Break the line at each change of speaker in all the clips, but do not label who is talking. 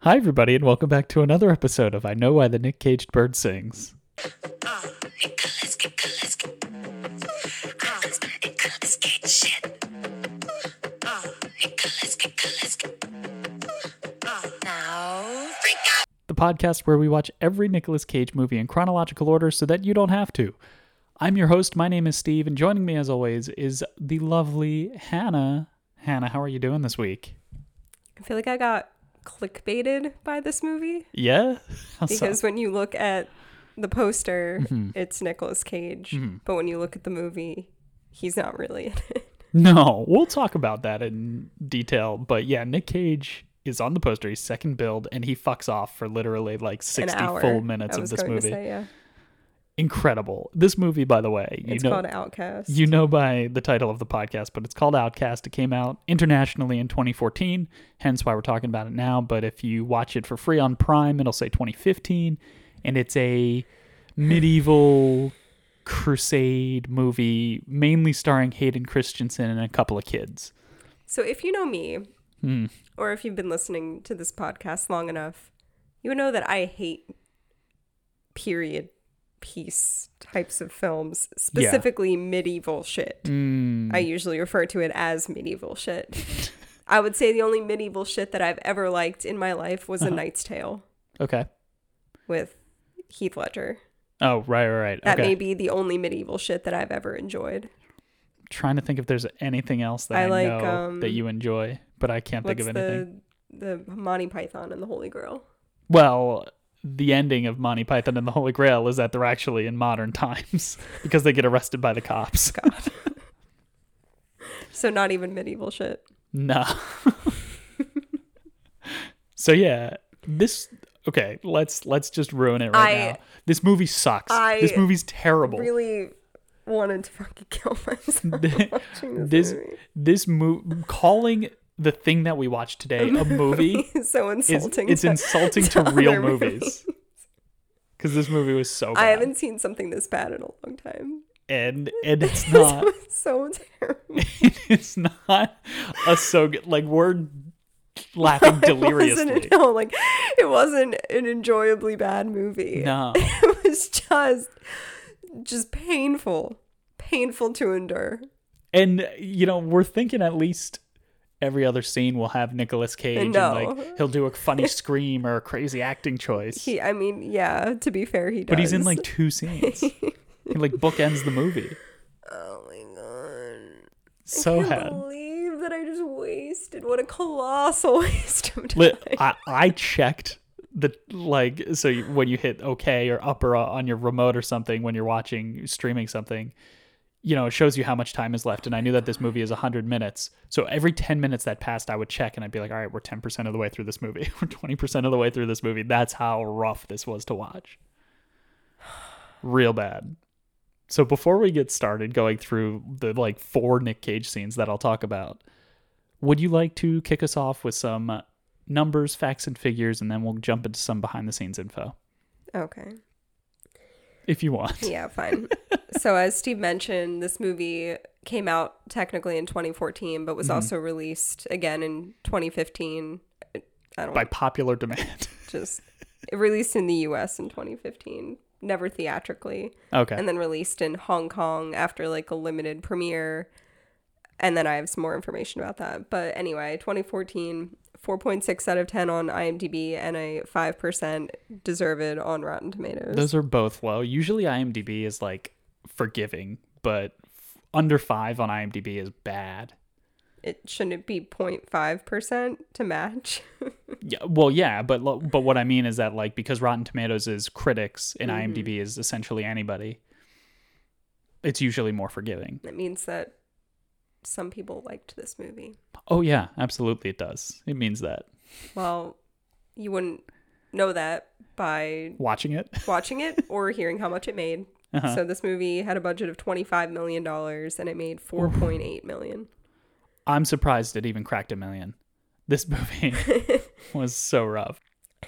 Hi, everybody, and welcome back to another episode of I Know Why the Nick Caged Bird Sings. The podcast where we watch every Nicolas Cage movie in chronological order so that you don't have to. I'm your host. My name is Steve, and joining me, as always, is the lovely Hannah. Hannah, how are you doing this week?
I feel like I got clickbaited by this movie
Yeah? How so?
because when you look at the poster,
Mm-hmm.
it's Nicolas Cage, but when you look at the movie, he's not really in it.
No, we'll talk about that in detail. But yeah, Nick Cage is on the poster. He's second build, and he fucks off for literally like
An
60
hour.
full minutes
I
of
was
this
going
movie.
To say, yeah.
Incredible. This movie, by the way, you
It's
know,
called Outcast.
you know by the title of the podcast, but it's called Outcast. It came out internationally in 2014, hence why we're talking about it now. But if you watch it for free on Prime, it'll say 2015, and it's a medieval crusade movie, mainly starring Hayden Christensen and a couple of kids.
so if you know me,
Hmm.
or if you've been listening to this podcast long enough, you know that I hate period piece types of films, specifically medieval shit.
Mm,
I usually refer to it as medieval shit. I would say the only medieval shit that I've ever liked in my life was
Uh-huh.
A Knight's Tale
Okay.
with Heath Ledger.
Oh, right, right, right.
That
okay.
may be the only medieval shit that I've ever enjoyed.
Trying to think if there's anything else that I,
I like,
know
um,
that you enjoy, but I can't think
What's
of anything.
the the Monty Python and the Holy Grail?
Well, the ending of Monty Python and the Holy Grail is that they're actually in modern times because they get arrested by the cops.
So not even medieval shit.
No. so yeah, this okay, let's let's just ruin it right
I-
now. This movie sucks. this
I
movie's terrible.
Really wanted to fucking kill myself watching this,
this this movie calling the thing that we watch today a movie
movie. so
is
insulting.
it's
to-
insulting
to
to real
other
movies. Cuz this movie was so bad.
I haven't seen something this bad in a long time.
and and it's not
It's so terrible.
it's not a so good like we're laughing deliriously
Wasn't, no, like it wasn't an enjoyably bad movie.
no
It was just just painful. Painful to endure.
and you know we're thinking at least every other scene will have Nicolas Cage
No.
and like he'll do a funny scream or a crazy acting choice
He I mean, yeah, to be fair, he does.
but he's in like two scenes he like bookends the movie
Oh my god.
so
I can't
bad
believe that I just wasted what a colossal waste of time.
Li- I, I checked the like so you- when you hit okay or up or uh, on your remote or something when you're watching streaming something you know it shows you how much time is left and i knew that this movie is 100 minutes so every 10 minutes that passed i would check and i'd be like all right we're 10% of the way through this movie we're 20% of the way through this movie that's how rough this was to watch real bad so before we get started going through the like four nick cage scenes that i'll talk about would you like to kick us off with some uh, numbers, facts, and figures, and then we'll jump into some behind the scenes info
okay.
if you want.
Yeah, fine. so as Steve mentioned, this movie came out technically in 2014, but was
Mm-hmm.
also released again in 2015. I don't
By popular demand.
just it released in the U.S. in 2015, never theatrically,
okay.
and then released in Hong Kong after like a limited premiere. And then I have some more information about that. But anyway, 2014, 4.6 out of 10 on IMDb and a 5% deserved on Rotten Tomatoes.
Those are both low. Usually IMDb is like forgiving, but f- under five on IMDb is bad.
it shouldn't it be 0.5% to match
Yeah, well, yeah, but lo- but what I mean is that like because Rotten Tomatoes is critics and IMDb is essentially anybody, it's usually more forgiving.
that means that some people liked this movie
Oh yeah, absolutely, it does. It means that
well you wouldn't know that by
watching it.
watching it or hearing how much it made
Uh-huh.
so this movie had a budget of 25 million dollars and it made 4.8 million
I'm surprised it even cracked a million. This movie was so rough.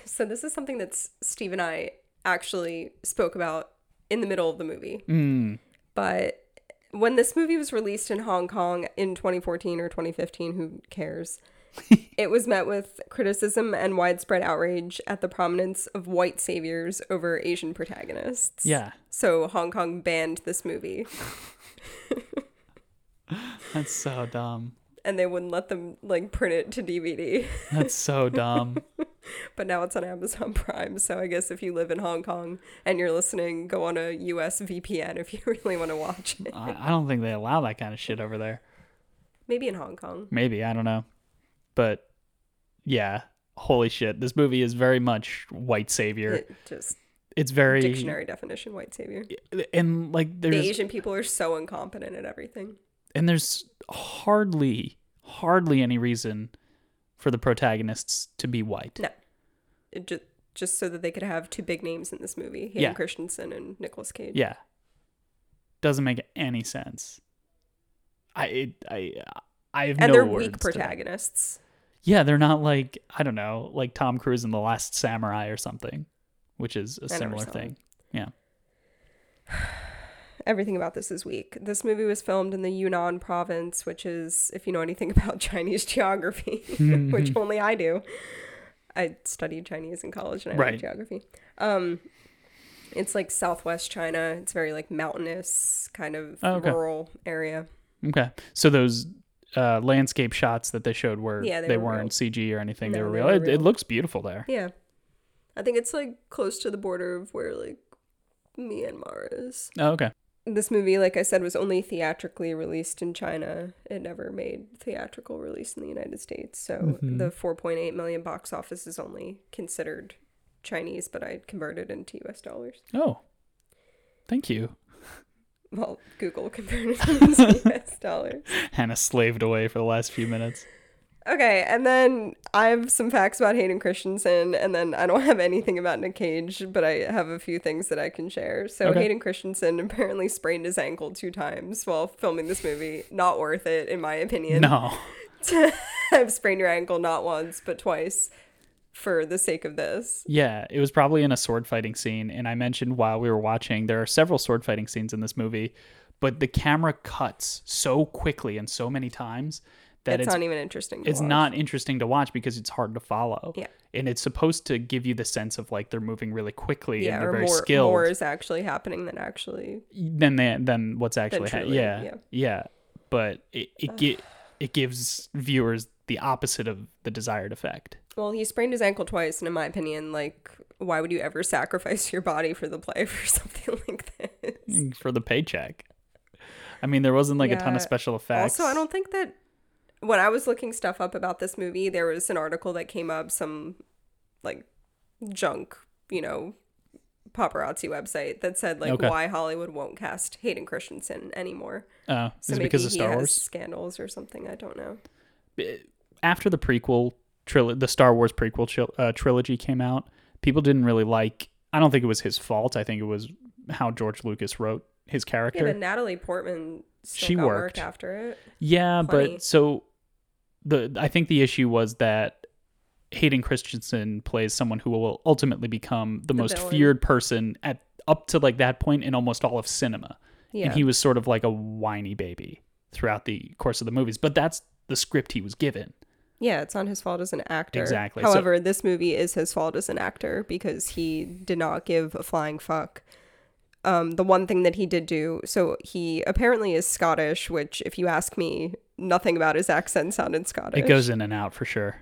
so this is something that steve and i actually spoke about in the middle of the movie
Mm,
but when this movie was released in Hong Kong in 2014 or 2015, who cares? It was met with criticism and widespread outrage at the prominence of white saviors over Asian protagonists.
Yeah,
So Hong Kong banned this movie
that's so dumb.
and they wouldn't let them like print it to DVD.
That's so dumb.
But now it's on Amazon Prime, so I guess if you live in Hong Kong and you're listening, go on a US VPN if you really want to watch it.
I, I don't think they allow that kind of shit over there.
Maybe in Hong Kong.
Maybe I don't know, but yeah, holy shit! This movie is very much white savior.
It just
it's very
dictionary definition white savior.
and like
The
there's
Asian people are so incompetent at everything.
and there's hardly hardly any reason for the protagonists to be white.
No. It just just so that they could have two big names in this movie, Hayden
Yeah.
Christensen and Nicolas Cage.
Yeah. Doesn't make any sense. I it, I I have
And
no
they're
words
weak
to that.
protagonists.
Yeah, they're not like I don't know, like Tom Cruise in The Last Samurai or something, which is a
never
similar
saw it.
thing. Yeah.
Everything about this is weak. This movie was filmed in the Yunnan province, which is, if you know anything about Chinese geography,
Hmm.
which only I do. I studied Chinese in college and I
Right.
learned geography. Um, it's like southwest China. It's very like mountainous, kind of
Oh, okay.
rural area.
Okay. So those uh, landscape shots that they showed were
Yeah,
they,
they were
weren't
real.
CG or anything. they
No,
were
they
real.
were
it, it
real.
looks beautiful there.
Yeah. I think it's like close to the border of where like Myanmar is.
Oh, okay.
This movie, like I said, was only theatrically released in China. It never made theatrical release in the United States. So the 4.8 million box office is only considered Chinese, but I converted into US dollars.
Oh. Thank you.
Well, Google converted it into US dollars.
Hannah slaved away for the last few minutes.
Okay, and then I have some facts about Hayden Christensen, and then I don't have anything about Nick Cage, but I have a few things that I can share. So
Okay.
Hayden Christensen apparently sprained his ankle two times while filming this movie. Not worth it, in my opinion.
No.
I've sprained your ankle not once but twice for the sake of this.
Yeah, it was probably in a sword fighting scene. And I mentioned while we were watching, there are several sword fighting scenes in this movie, but the camera cuts so quickly and so many times that
it's
it's,
not even interesting. To
it's
watch.
not interesting to watch because it's hard to follow.
Yeah.
And it's supposed to give you the sense of like they're moving really quickly
Yeah,
and they're
or
very
more,
skilled.
more is actually happening than actually.
than they, than what's actually happening.
truly,
Yeah, yeah,
yeah.
But it it, gi- it gives viewers the opposite of the desired effect.
Well, he sprained his ankle twice, and in my opinion, like, why would you ever sacrifice your body for the play for something like this?
for the paycheck. I mean, there wasn't like a ton
Yeah.
of special effects.
Also, I don't think that when I was looking stuff up about this movie, there was an article that came up, some like junk, you know, paparazzi website that said like
Okay.
why Hollywood won't cast Hayden Christensen anymore.
Uh, is
So
it
maybe
because of
he
Star
has
Wars?
scandals or something. I don't know.
After the prequel trilogy, the Star Wars prequel chil- uh, trilogy came out, people didn't really like. I don't think it was his fault. I think it was how George Lucas wrote his
Yeah,
character.
but Natalie Portman. Still
She
got
worked.
work after it.
Yeah,
Plenty.
but so the I think the issue was that Hayden Christensen plays someone who will ultimately become the, most
villain.
feared person at up to like that point in almost all of cinema.
Yeah,
And he was sort of like a whiny baby throughout the course of the movies, but that's the script he was given.
yeah, it's not his fault as an actor.
Exactly. So-
However, this movie is his fault as an actor because he did not give a flying fuck. Um, the one thing that he did do, so he apparently is Scottish, which, if you ask me, nothing about his accent sounded Scottish.
It goes in and out for sure.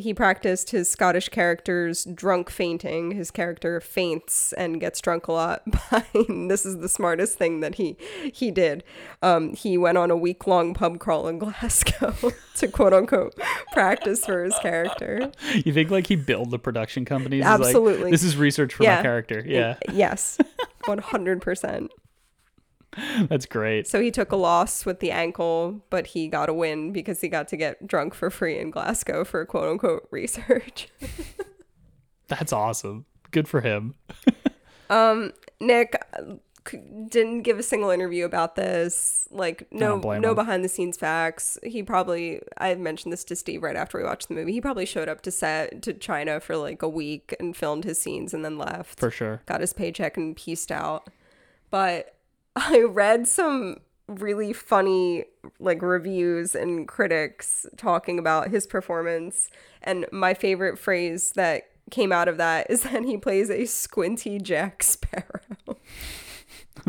he practiced his Scottish characters drunk fainting. His character faints and gets drunk a lot. By and this is the smartest thing that he he did. Um, he went on a week long pub crawl in Glasgow to quote unquote practice for his character.
you think like he billed the production companies? He's Like,
Absolutely.
this is research for my
Yeah.
character. Yeah,
Yes, one hundred percent.
that's great.
So he took a loss with the ankle, but he got a win because he got to get drunk for free in Glasgow for quote unquote research.
That's awesome. Good for him.
Nick uh, c- didn't give a single interview about this. Like no
don't blame
no
him.
behind the scenes facts. He probably I mentioned this to Steve right after we watched the movie. He probably showed up to set to China for like a week and filmed his scenes and then left.
For sure.
Got his paycheck and pieced out. But I read some really funny like reviews and critics talking about his performance and my favorite phrase that came out of that is that he plays a squinty jack sparrow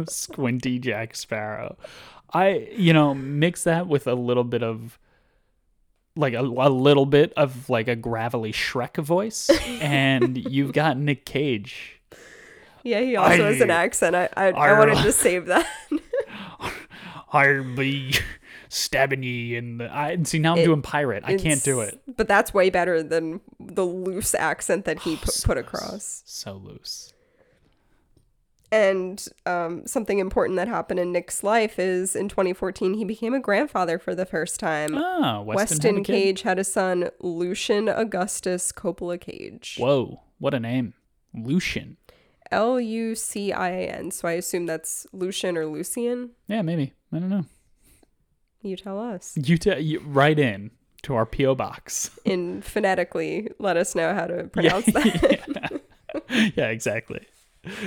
Squinty Jack Sparrow. I, you know, mix that with a little bit of like a, a little bit of like a gravelly Shrek voice, and you've got Nick Cage.
yeah he also has an
I-
accent i i, I
I-
wanted to save that
I'll be stabbing ye in the. I and see now I'm
It-
doing pirate. I can't do
It's-
it.
but that's way better than the loose accent that
Oh,
he put, put across
So loose.
and um, something important that happened in nick's life is in 2014 he became a grandfather for the first time
Ah, Weston, had
Weston
a kid?
Cage had a son, Lucian Augustus Coppola Cage.
Whoa, what a name, Lucian.
L U C I A N. So I assume that's Lucian or Lucian.
Yeah, maybe. I don't know.
You tell us.
You, t- you write in to our PO box.
In phonetically, let us know how to
Yeah,
pronounce that.
yeah. Yeah, exactly.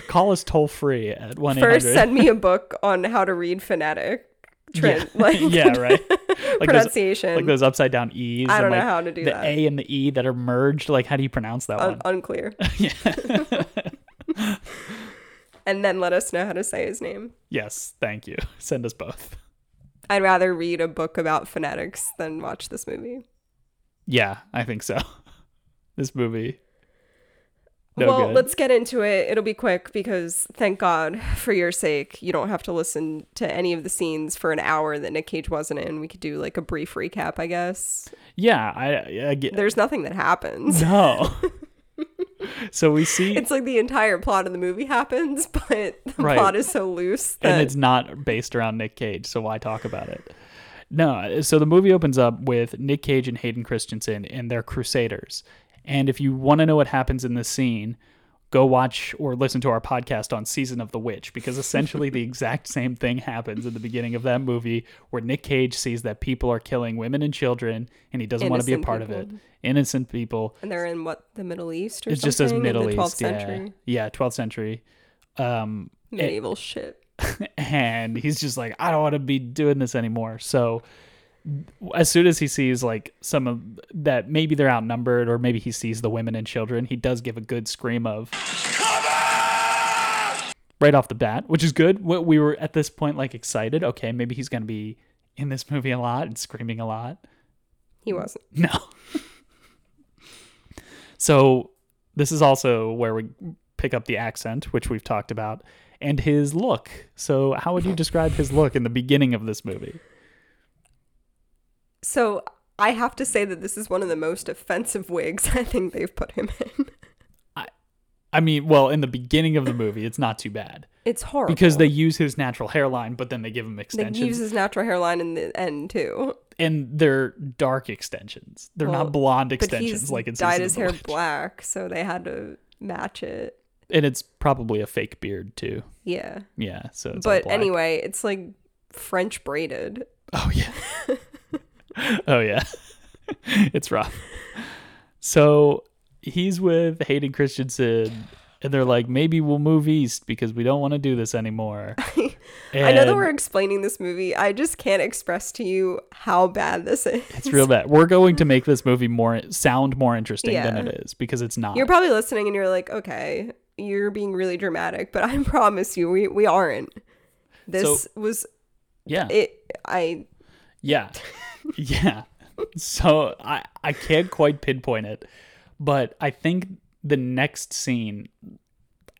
Call us toll free at one eight
First,
hundred.
send me a book on how to read phonetic. Trans- Like,
Yeah, right. Like those,
pronunciation.
like those upside down E's.
I don't
and
know
like
how to do
the
that. Oh.
A and the E that are merged. Like, how do you pronounce that
Un-
one?
unclear.
Yeah.
and then let us know how to say his name.
Yes, thank you. Send us both.
I'd rather read a book about phonetics than watch this movie.
Yeah, I think so. This movie. No
well,
good.
let's get into it. It'll be quick because thank God for your sake, you don't have to listen to any of the scenes for an hour that Nick Cage wasn't in. We could do like a brief recap, I guess.
Yeah, I, I get.
There's nothing that happens.
No. so we see,
It's like the entire plot of the movie happens, but the
Right.
plot is so loose that
and it's not based around Nick Cage, so why talk about it? No, so the movie opens up with Nick Cage and Hayden Christensen, and they're crusaders. And if you want to know what happens in this scene, go watch or listen to our podcast on Season of the Witch, because essentially the exact same thing happens at the beginning of that movie where Nick Cage sees that people are killing women and children, and he doesn't want to be a
Innocent
part of it. Innocent people.
and they're in what the Middle East or
It
something.
just says
in
Middle
the 12th
East. Yeah.
century
yeah, 12th century. Um,
medieval shit.
and he's just like i don't want to be doing this anymore so as soon as he sees like some of that maybe they're outnumbered or maybe he sees the women and children he does give a good scream of right off the bat which is good we we were at this point like excited okay maybe he's going to be in this movie a lot and screaming a lot
He wasn't.
no. so this is also where we pick up the accent, which we've talked about, and his look. So how would you describe his look in the beginning of this movie?
So I have to say that this is one of the most offensive wigs I think they've put him in.
I mean, well, in the beginning of the movie, it's not too bad
It's horrible.
because they use his natural hairline, but then they give him
They
extensions,
use his natural hairline in the end too.
and they're dark extensions. They're
Well,
not blonde
But
extensions
he's
like in
dyed
Season
his
of the
hair
Witch.
black, so they had to match it.
and it's probably a fake beard too.
Yeah.
Yeah, so it's all
but
black.
anyway, it's like French braided.
Oh yeah. oh yeah. it's rough. So he's with Hayden Christensen and they're like, maybe we'll move east because we don't want to do this anymore.
I know that
And
we're explaining this movie. I just can't express to you how bad this is.
it's real bad. We're going to make this movie more sound more interesting than
Yeah.
it is because it's not.
You're probably listening and you're like, okay, you're being really dramatic, but I promise you, we, we aren't. This was
yeah.
it. I
Yeah. yeah. So I I can't quite pinpoint it, but I think the next scene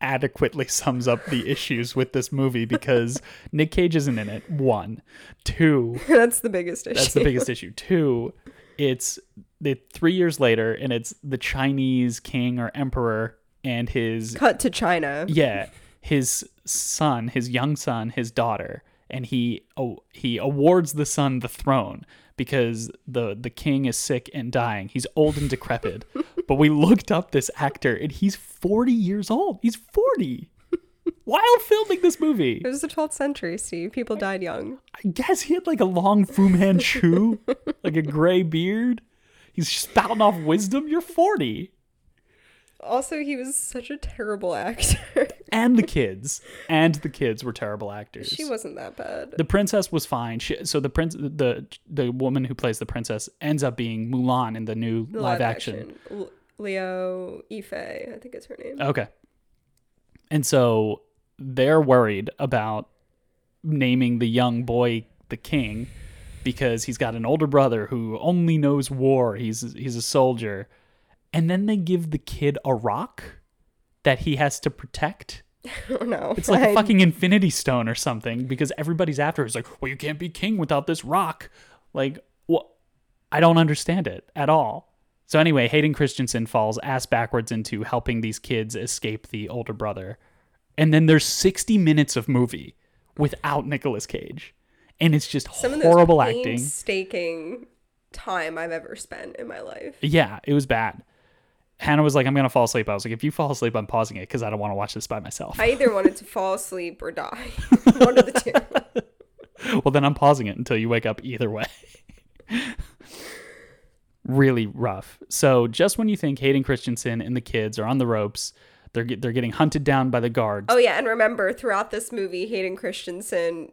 adequately sums up the issues with this movie because Nick Cage isn't in it. One, two,
that's the biggest issue.
that's the biggest issue. Two, it's the three years later and it's the Chinese king or emperor and his
Cut to China.
yeah, his son, his young son, his daughter, and he oh, he awards the son the throne because the the king is sick and dying. He's old and decrepit. but we looked up this actor, and he's forty years old. He's forty while filming this movie.
It was the 12th century, Steve. People died young.
I guess he had like a long Fu Manchu, like a gray beard. He's spouting off wisdom. You're forty.
Also, he was such a terrible actor.
and the kids and the kids were terrible actors.
She wasn't that bad.
the princess was fine. She, so the prince, the the woman who plays the princess, ends up being Mulan in the new
The
live, action.
L- Leo Ife, I think is her name.
Okay. And so they're worried about naming the young boy the king because he's got an older brother who only knows war. He's he's a soldier. And then they give the kid a rock that he has to protect.
I don't know.
Uh, It's like
I-
a fucking infinity stone or something because everybody's after. her. It's like, well, you can't be king without this rock. Like, what? I don't understand it at all. So anyway, Hayden Christensen falls ass backwards into helping these kids escape the older brother, and then there's 60 minutes of movie without Nicolas Cage, and it's just
some of the
horrible
most
acting.
Painstaking time I've ever spent in my life.
Yeah, it was bad. Hannah was like, "I'm gonna fall asleep." I was like, "If you fall asleep, I'm pausing it because I don't want to watch this by myself."
I either wanted to fall asleep or die. One of the two.
well then i'm pausing it until you wake up either way really rough so just when you think hayden christensen and the kids are on the ropes they're, get, they're getting hunted down by the guards
Oh yeah, and remember throughout this movie, Hayden Christensen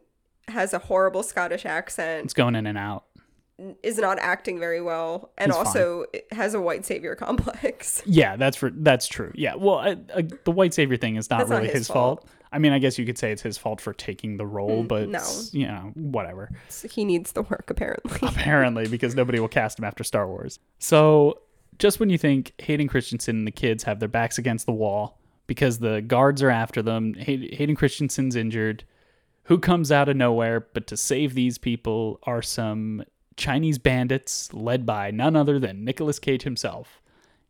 has a horrible Scottish accent,
it's going in and out
is not acting very well, and
He's
also has a white savior complex.
yeah that's for that's true yeah well I, I, the white savior thing is not
That's not
really
his
his, fault. i mean i guess you could say it's his fault for taking the role but
no.
you know whatever
So he needs the work apparently.
apparently because nobody will cast him after Star Wars. So just when you think Hayden Christensen and the kids have their backs against the wall because the guards are after them, Hay- Hayden Christensen's injured. Who comes out of nowhere but to save these people are some Chinese bandits led by none other than Nicolas Cage himself.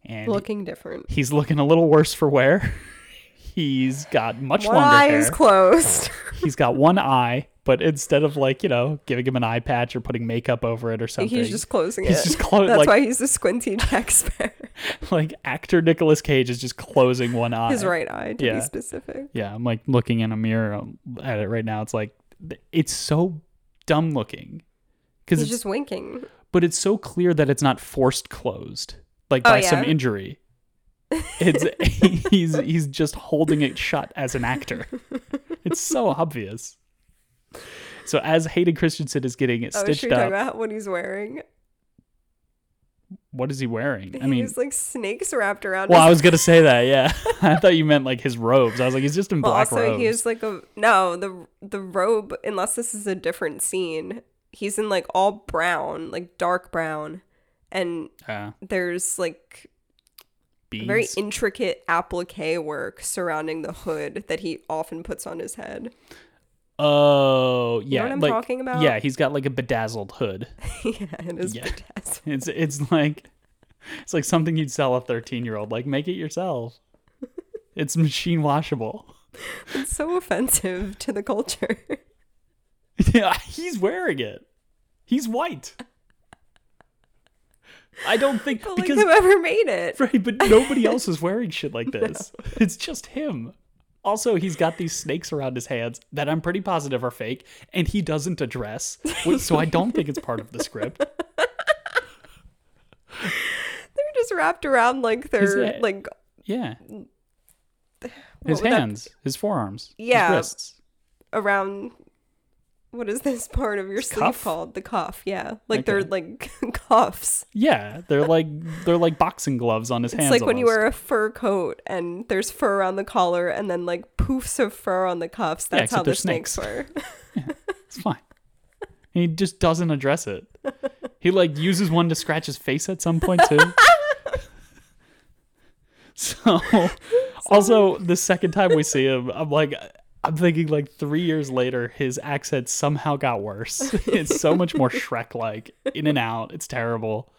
And
Looking different.
he's looking a little worse for wear. he's got much
One
longer
eye
hair
is closed.
he's got one eye, but instead of like, you know, giving him an eye patch or putting makeup over it or something,
he's just closing
He's
it.
just clo-
That's
like-
why he's the squinty Jack Sparrow.
like actor Nicolas Cage is just closing one eye.
His right eye, to
Yeah.
be specific.
Yeah, I'm like looking in a mirror um, at it right now. It's like th- it's so dumb looking. Cuz
He's
it's
just winking.
but it's so clear that it's not forced closed like
Oh,
by some
yeah?
injury. It's he's he's just holding it shut as an actor. It's so obvious. So as Hayden Christensen is getting
Oh, should
stitched
we
up,
talk about what he's wearing?
what is he wearing? I
He
mean,
he's like snakes wrapped around
well,
his
I was gonna say that. Yeah, I thought you meant like his robes. I was like, he's just in
Well,
black
also
robes.
he was like a no the the robe unless this is a different scene he's in like all brown like dark brown and
yeah,
there's like
beads.
very intricate applique work surrounding the hood that he often puts on his head
oh, yeah,
what I'm
like,
talking about?
Yeah, he's got like a bedazzled hood.
yeah it is
Yeah.
bedazzled.
It's it's like it's like something you'd sell a thirteen year old. Like, make it yourself. It's machine washable.
it's so offensive to the culture
Yeah, he's wearing it. He's white. I don't think
but like
because
whoever made it
Right, but nobody else is wearing shit like this. It's just him. Also, he's got these snakes around his hands that I'm pretty positive are fake, and he doesn't address. wh- So I don't think it's part of the script.
they're just wrapped around like they're
head.
like
Yeah. His
would that-
hands, his forearms,
Yeah.
his wrists.
around what is this part of your sleeve
Cuff?
called the cuff yeah like
Okay.
they're like cuffs
Yeah, they're like they're like boxing gloves on his hands.
It's like when you
almost.
wear a fur coat and there's fur around the collar and then like poofs of fur on the cuffs.
Yeah,
That's how
except they're
the snakes, were.
It's fine. And he just doesn't address it. He like uses one to scratch his face at some point too. so also the second time we see him, I'm like I'm thinking like three years later his accent somehow got worse. It's so much more Shrek like, in and out. It's terrible.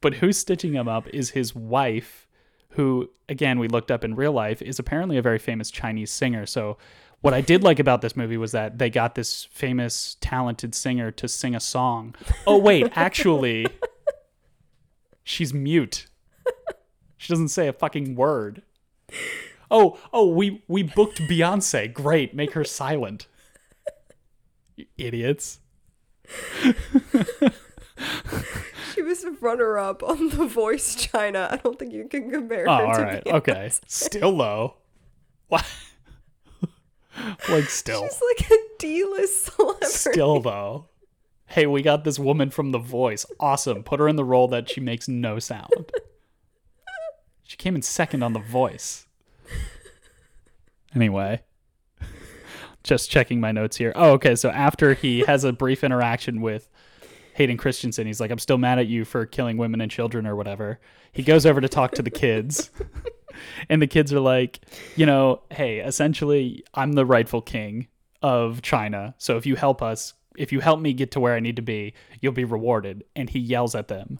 But who's stitching him up is his wife, who again we looked up in real life is apparently a very famous Chinese singer. So what I did like about this movie was that they got this famous talented singer to sing a song. Oh wait, actually she's mute. She doesn't say a fucking word. Oh, oh, we we booked Beyonce. Great, make her silent. You idiots.
she was a runner up on The Voice China. I don't think you can compare
Oh,
her
all
to
right.
Beyonce.
Okay. Still low. Why? like still
She's like a D-list celebrity.
still though hey we got this woman from the voice awesome put her in the role that she makes no sound she came in second on the voice anyway just checking my notes here oh okay so after he has a brief interaction with hayden christensen he's like i'm still mad at you for killing women and children or whatever he goes over to talk to the kids and the kids are like, you know, hey, essentially, I'm the rightful king of China. So if you help us, if you help me get to where I need to be, you'll be rewarded. And he yells at them.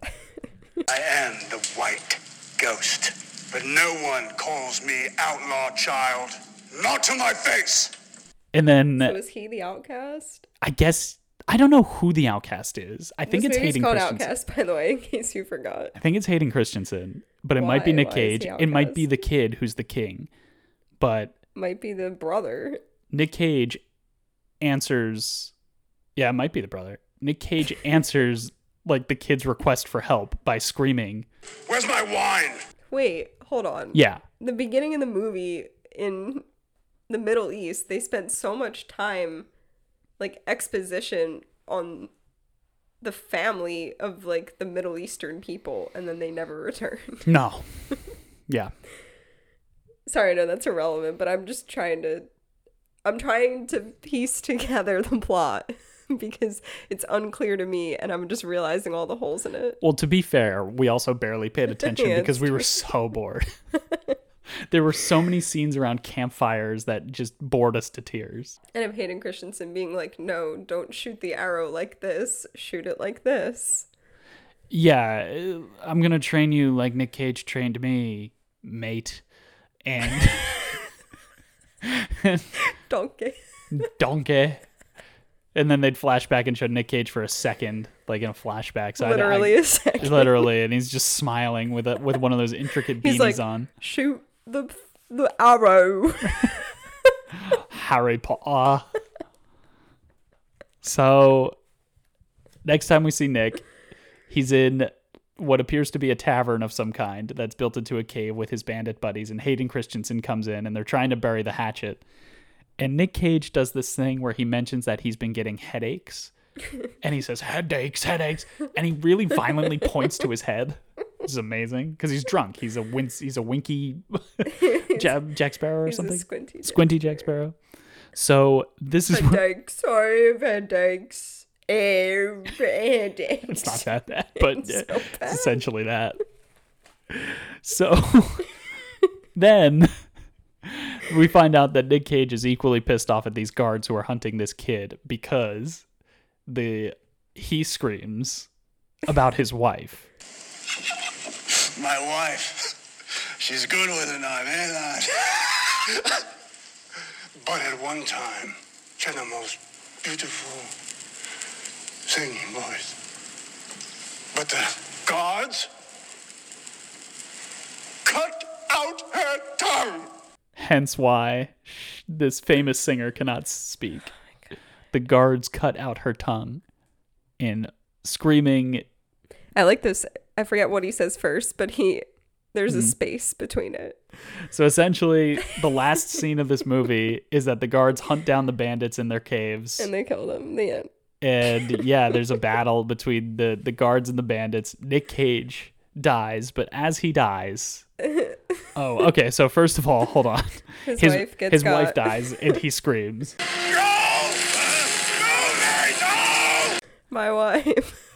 I am the white ghost, but no one calls me outlaw child. Not to my face!
And then
Was he the outcast?
I guess I don't know who the outcast is. I think
This
it's
movie's
Hayden
called
Christensen.
Outcast, by the way, in case you forgot.
I think it's Hayden Christensen, but it might be
Why?
Nick
Why is he
Cage. It might be
outcast?
the kid who's the king. But
Might be the brother.
Nick Cage answers yeah, it might be the brother. Nick Cage answers like the kid's request for help by screaming,
Where's my wine?
Wait, hold on.
"Yeah,
The beginning of the movie in the Middle East, they spent so much time like exposition on the family of like the Middle Eastern people and then they never returned.
no." yeah.
Sorry, no, that's irrelevant, but I'm just trying to I'm trying to piece together the plot because it's unclear to me and I'm just realizing all the holes in it.
Well, to be fair, we also barely paid attention
Yeah,
because
it's
we were so bored. there were so many scenes around campfires that just bored us to tears.
And of Hayden Christensen being like, no, don't shoot the arrow like this, shoot it like this.
Yeah, uh, I'm going to train you like Nick Cage trained me, mate. And
Donkey.
donkey. And then they'd flash back and show Nick Cage for a second, like in a flashback. So I-
Literally
I,
a second.
literally, and he's just smiling with a, with one of those intricate beanies
He's like,
on.
shoot the the arrow.
Harry Potter. so next time we see Nick, he's in what appears to be a tavern of some kind that's built into a cave with his bandit buddies, and Hayden Christensen comes in and they're trying to bury the hatchet. And Nick Cage does this thing where he mentions that he's been getting headaches. And he says, headaches, headaches. And he really violently points to his head. This is amazing because he's drunk. He's a wince, he's a winky Jab, Jack Sparrow or
He's
something.
a squinty.
Squinty Jack Sparrow. So this is where,
Headaches, I have headaches. Air headaches.
it's not that bad, but
It's so
uh,
bad.
it's essentially that. So then we find out that Nick Cage is equally pissed off at these guards who are hunting this kid because the he screams about his wife.
My wife. She's good with eh, a knife, ain't I? but at one time, she had the most beautiful singing voice. But the gods cut out her tongue.
Hence why sh- this famous singer cannot speak.
Oh
The guards cut out her tongue in screaming
I like this. I forget what he says first, but he there's
Mm-hmm.
a space between it.
So essentially, the last scene of this movie is that the guards hunt down the bandits in their caves,
And they kill them. The end.
and yeah, there's a battle between the the guards and the bandits. Nick Cage dies, but as he dies, oh, okay. So first of all, hold on.
His wife gets
his wife
got.
dies, and he screams.
No! No, Mary, no!
My wife.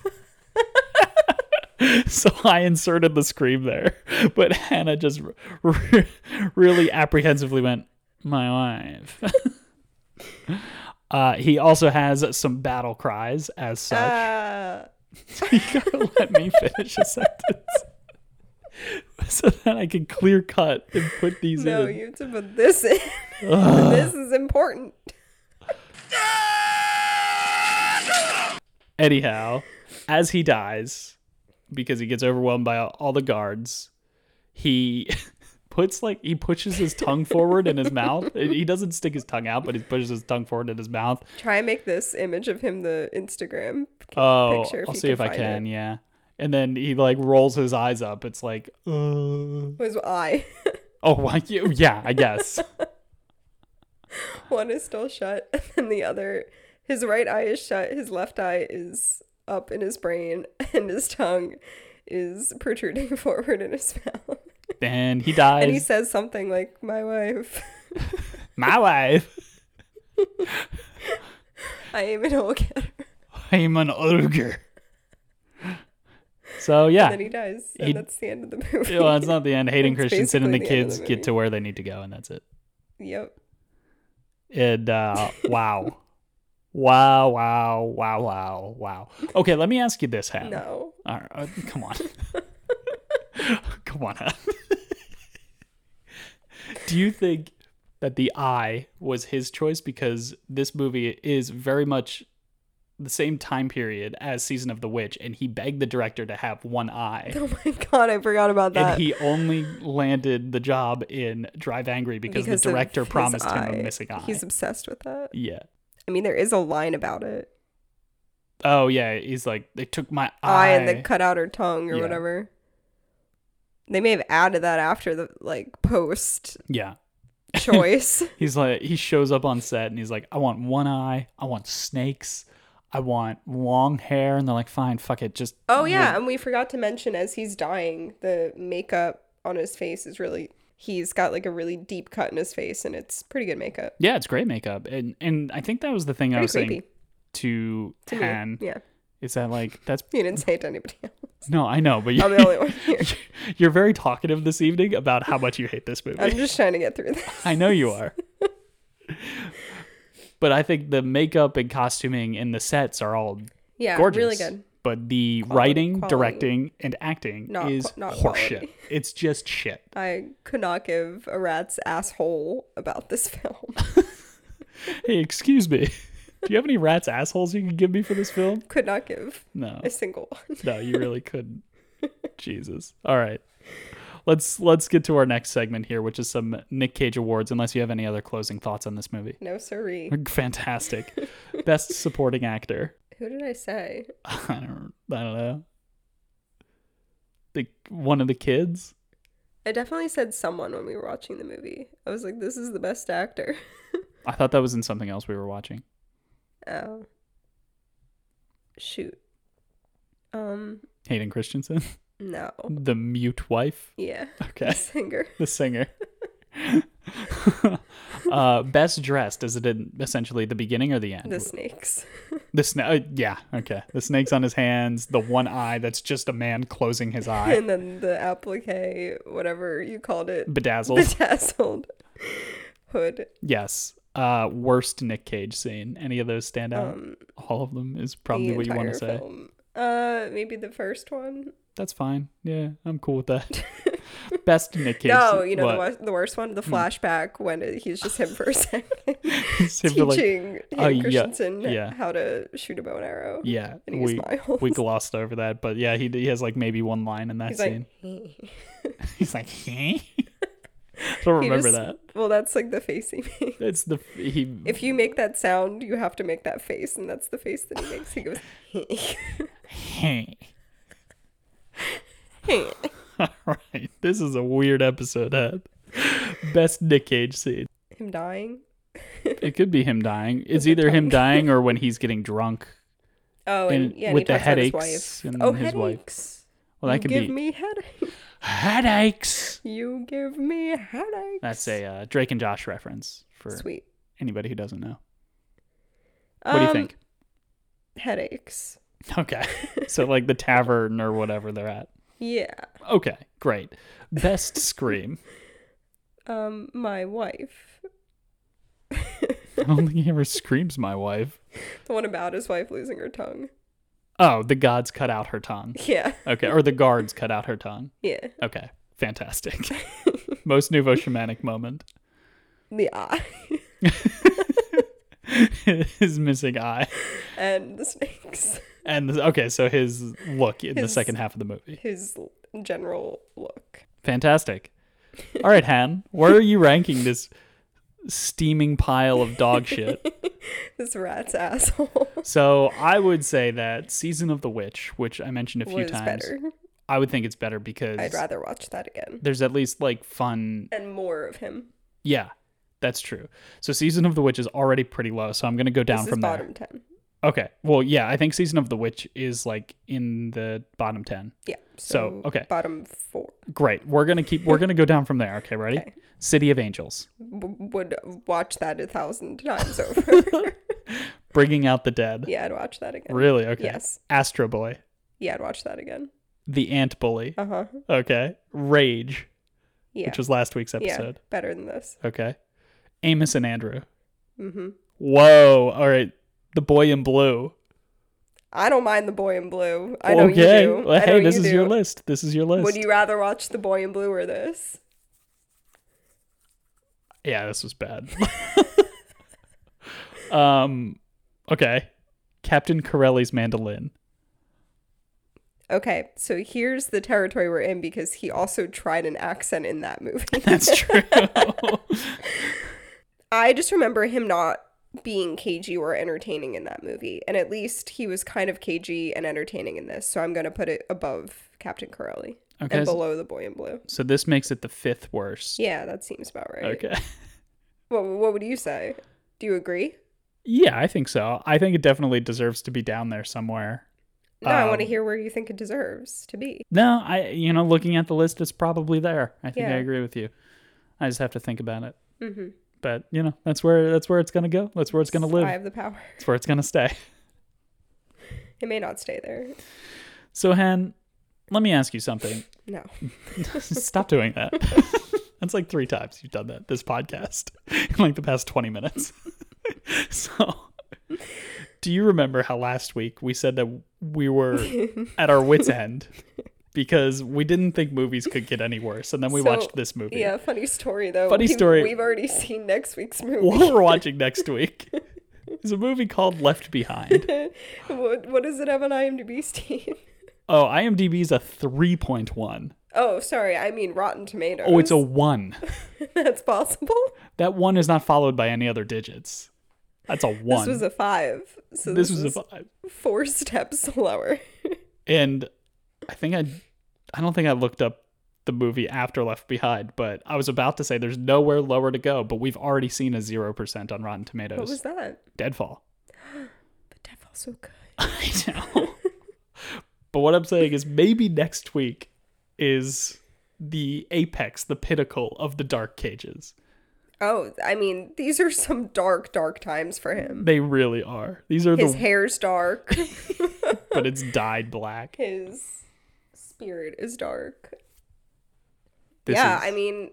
So I inserted the scream there, but Hannah just re- really apprehensively went, "My wife." uh, he also has some battle cries as such.
Ah.
you gotta let me finish a sentence so that I can clear cut and put these
no,
in.
you have to put this in. this is important.
Anyhow, as he dies, because he gets overwhelmed by all- all the guards, he puts like he pushes his tongue forward in his mouth. He doesn't stick his tongue out, but he pushes his tongue forward in his mouth.
Try and make this image of him the Instagram
Oh,
picture. If
I'll
you
see
can
if I
find
can. Yeah. And then he like rolls his eyes up. It's like, uh,
It. Was I?
oh, why you- yeah, I guess.
One is still shut, and then the other, his right eye is shut, his left eye is up in his brain, and his tongue is protruding forward in his mouth.
And he dies.
And he says something like, My wife,
My wife.
I am an old cat.
I'm an ogre. So yeah,
And then he dies. And
He-
that's the end of the movie.
well, that's not the end. Hayden
That's
Christensen and the
basically the end of
kids
the
get
movie.
to where they need to go, and that's it.
Yep.
And uh, wow, wow, wow, wow, wow, wow. Okay, let me ask you this, Hannah.
No.
All right, uh, come on, come on. Hannah. Do you think that the eye was his choice because this movie is very much the same time period as Season of the Witch, and he begged the director to have one eye.
Oh my god, I forgot about that.
and he only landed the job in Drive Angry because,
Because
the
of
director
his
promised him
eye.
a missing eye.
He's obsessed with that.
yeah.
I mean, there is a line about it.
Oh yeah. He's like they took my
Eye
eye.
and then cut out her tongue or
Yeah.
whatever. They may have added that after the like post
yeah.
choice.
He's like he shows up on set and he's like, I want one eye. I want snakes. I want long hair. And they're like, fine, fuck it, just
oh yeah, and we forgot to mention as he's dying, the makeup on his face is really he's got like a really deep cut in his face and it's pretty good makeup.
yeah, it's great makeup. And and I think that was the thing I
Pretty
was
creepy.
saying to,
to me.
Han
Yeah.
is that like that's
You didn't say it to anybody else.
no, I know, but you,
I'm the only one here.
you're very talkative this evening about how much you hate this movie.
I'm just trying to get through this.
I know you are. but I think the makeup and costuming and the sets are all
Yeah,
gorgeous.
really good.
But the writing,
quality.
directing, and acting
Not qu-
is
not
horseshit.
quality.
It's just shit.
I could not give a rat's asshole about this film.
Hey, excuse me. Do you have any rats assholes you can give me for this film?
could not give
No.
a single one.
No, you really couldn't. Jesus. All right. Let's let's get to our next segment here, which is some Nick Cage awards, unless you have any other closing thoughts on this movie.
No siree.
Fantastic. Best supporting actor.
Who did I say?
I don't, I don't know. The one of the kids.
I definitely said someone when we were watching the movie. I was like, this is the best actor.
I thought that was in something else we were watching.
Oh. Shoot. Um,
Hayden Christensen,
no.
the mute wife.
Yeah.
Okay,
Singer.
the singer. uh, best dressed is it in essentially the beginning or the end?
The snakes.
The sna- uh, yeah, okay. The snakes on his hands, the one eye that's just a man closing his eye,
and then the applique, whatever you called it.
bedazzled.
Bedazzled hood.
yes. Uh, worst Nick Cage scene. Any of those stand out?
Um,
All of them is probably
the
what you want to
entire
say.
film. Uh, maybe the first one.
That's fine. Yeah, I'm cool with that. Best Nick Cage.
No, you know
what? Hmm.
the worst, the worst one, the flashback when it- he's just him for a second,
It's him for, like-
teaching Hayden
Oh, yeah,
Christensen
yeah.
how to shoot a bow and arrow.
yeah,
and he
we
smiles.
we glossed over that, but yeah, he he has like maybe one line in that
he's
scene.
like, he
He's like, huh? I don't remember
just-
that.
Well, that's like the face he makes.
It's the he.
If you make that sound, you have to make that face, and that's the face that he makes. He goes,
Hey.
"Hey."
All right, this is a weird episode. Huh? Best Nick Cage scene.
him dying.
It could be him dying. It's either him dying or when he's getting drunk.
Oh, and,
And
yeah, and
with
he
the
talks about his
headaches
wife.
and
oh,
his wife.
headaches.
Well, that
you
could
give
be
me headaches.
headaches.
You give me headaches.
That's a uh, Drake and Josh reference for
sweet.
anybody who doesn't know. What do you
Um,
think?
Headaches.
Okay. so like the tavern or whatever they're at.
Yeah.
Okay, great. Best scream.
Um, my wife.
I don't think he ever screams my wife.
The one about his wife losing her tongue.
Oh, the gods cut out her tongue.
Yeah.
Okay, or the guards cut out her tongue.
Yeah.
Okay, fantastic. Most nouveau shamanic moment
The eye.
his missing eye,
and the snakes.
and the, okay, so his look in the
His-
second half of the movie.
His general look.
Fantastic. All right, Han, where are you ranking this steaming pile of dog shit?
This rat's asshole
So I would say that Season of the Witch, which I mentioned a few
was
times,
better.
I would think it's better because
I'd rather watch that again.
there's at least like fun.
And more of him.
Yeah. That's true. So season of the witch is already pretty low. So I'm gonna go down
this
from
is
there.
bottom 10.
Okay. Well, yeah, I think season of the witch is like in the bottom ten.
Yeah.
So, okay.
Bottom four.
Great. We're gonna keep. We're gonna go down from there. Okay. Ready?
Okay.
City of Angels,
W- would watch that a thousand times over.
bringing out the dead.
yeah, I'd watch that again.
Really? Okay.
Yes.
Astro Boy,
Yeah, I'd watch that again.
the Ant Bully.
Uh huh.
Okay. Rage,
Yeah.
which was last week's
yeah.
episode.
Better than this.
Okay. Amos and Andrew.
Mm-hmm.
Whoa. All right. The Boy in Blue.
I don't mind the boy in blue. I know
okay.
you do.
Well,
I know
hey, this
you
is
do.
your list. This is your list.
Would you rather watch the boy in blue or this?
Yeah, this was bad. um, okay. Captain Corelli's mandolin.
Okay, so here's the territory we're in because he also tried an accent in that movie.
That's true.
I just remember him not being cagey or entertaining in that movie, and at least he was kind of cagey and entertaining in this. So I'm gonna put it above Captain Corelli
okay.
and
So,
below the boy in blue.
so this makes it the fifth worst.
Yeah, that seems about right.
Okay.
What What would you say? Do you agree?
Yeah, I think so. I think it definitely deserves to be down there somewhere.
No, I want to
Um,
hear where you think it deserves to be.
No, I you know, looking at the list, it's probably there. I think I
Yeah.
agree with you. I just have to think about it.
Mm-hmm.
But you know, that's where that's where it's gonna go. That's where it's gonna
I
live.
have the power.
That's where it's gonna stay.
It may not stay there.
So Han, let me ask you something.
No.
Stop doing that. That's like three times you've done that this podcast in like the past 20 minutes. so, do you remember how last week we said that we were at our wits' end because we didn't think movies could get any worse? And then we
So,
watched this movie.
Yeah, funny story though.
Funny
We've-
story.
We've already seen next week's movie.
What we're watching next week is a movie called Left Behind.
what, what does it have on IMDb, Steve?
Oh, IMDb's a 3.1.
Oh, sorry, I mean Rotten Tomatoes.
Oh, it's a 1.
that's possible.
That 1 is not followed by any other digits. That's a 1.
This was a five, so
this
this,
was
is
a 5.
four steps lower.
and I think I I don't think I looked up the movie after Left Behind, but I was about to say there's nowhere lower to go, but we've already seen a zero percent on Rotten
What
Tomatoes.
was that?
Deadfall.
But that felt so good.
I know. but what I'm saying is maybe next week is the apex, the pinnacle of the dark cages.
Oh, I mean, these are some dark, dark times for him.
They really are. These are
His
the
hair's dark.
but it's dyed black.
His spirit is dark.
This
yeah,
is-
I mean,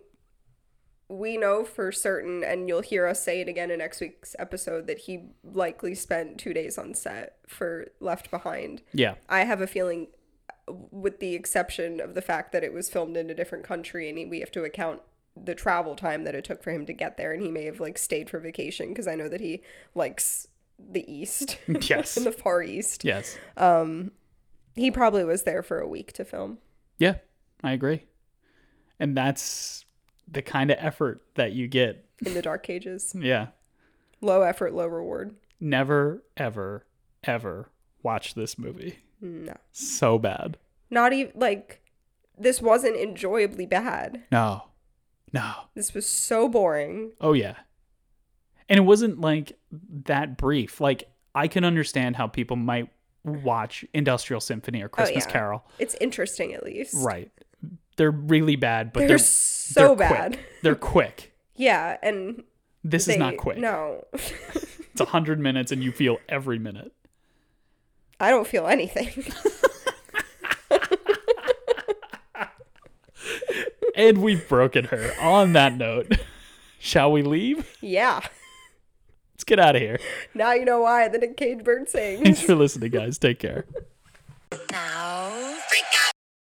we know for certain, and you'll hear us say it again in next week's episode, that he likely spent two days on set for Left Behind.
yeah.
I have a feeling, uh, with the exception of the fact that it was filmed in a different country, and we have to account the travel time that it took for him to get there, and he may have like stayed for vacation because I know that he likes the East,
Yes.
in the Far East. Um,
Yes.
He probably was there for a week to film.
Yeah, I agree. And that's the kind of effort that you get.
In the dark cages.
Yeah.
Low effort, low reward.
Never, ever, ever watch this movie.
No.
So bad.
not even like this wasn't enjoyably bad.
No. No.
This was so boring.
Oh, yeah. And it wasn't like that brief. Like, I can understand how people might watch Industrial Symphony or Christmas
Oh, yeah.
Carol.
It's interesting at least.
Right. They're really bad, but
They're,
they're, they're
so bad.
Quick. They're quick.
Yeah, and
This is not
they-
quick.
No.
It's 100 minutes and you feel every minute.
I don't feel anything.
And we've broken her. On that note, shall we leave?
yeah.
Let's get out of here.
Now you know why the Nick Cage bird sings.
Thanks for listening, guys. Take care.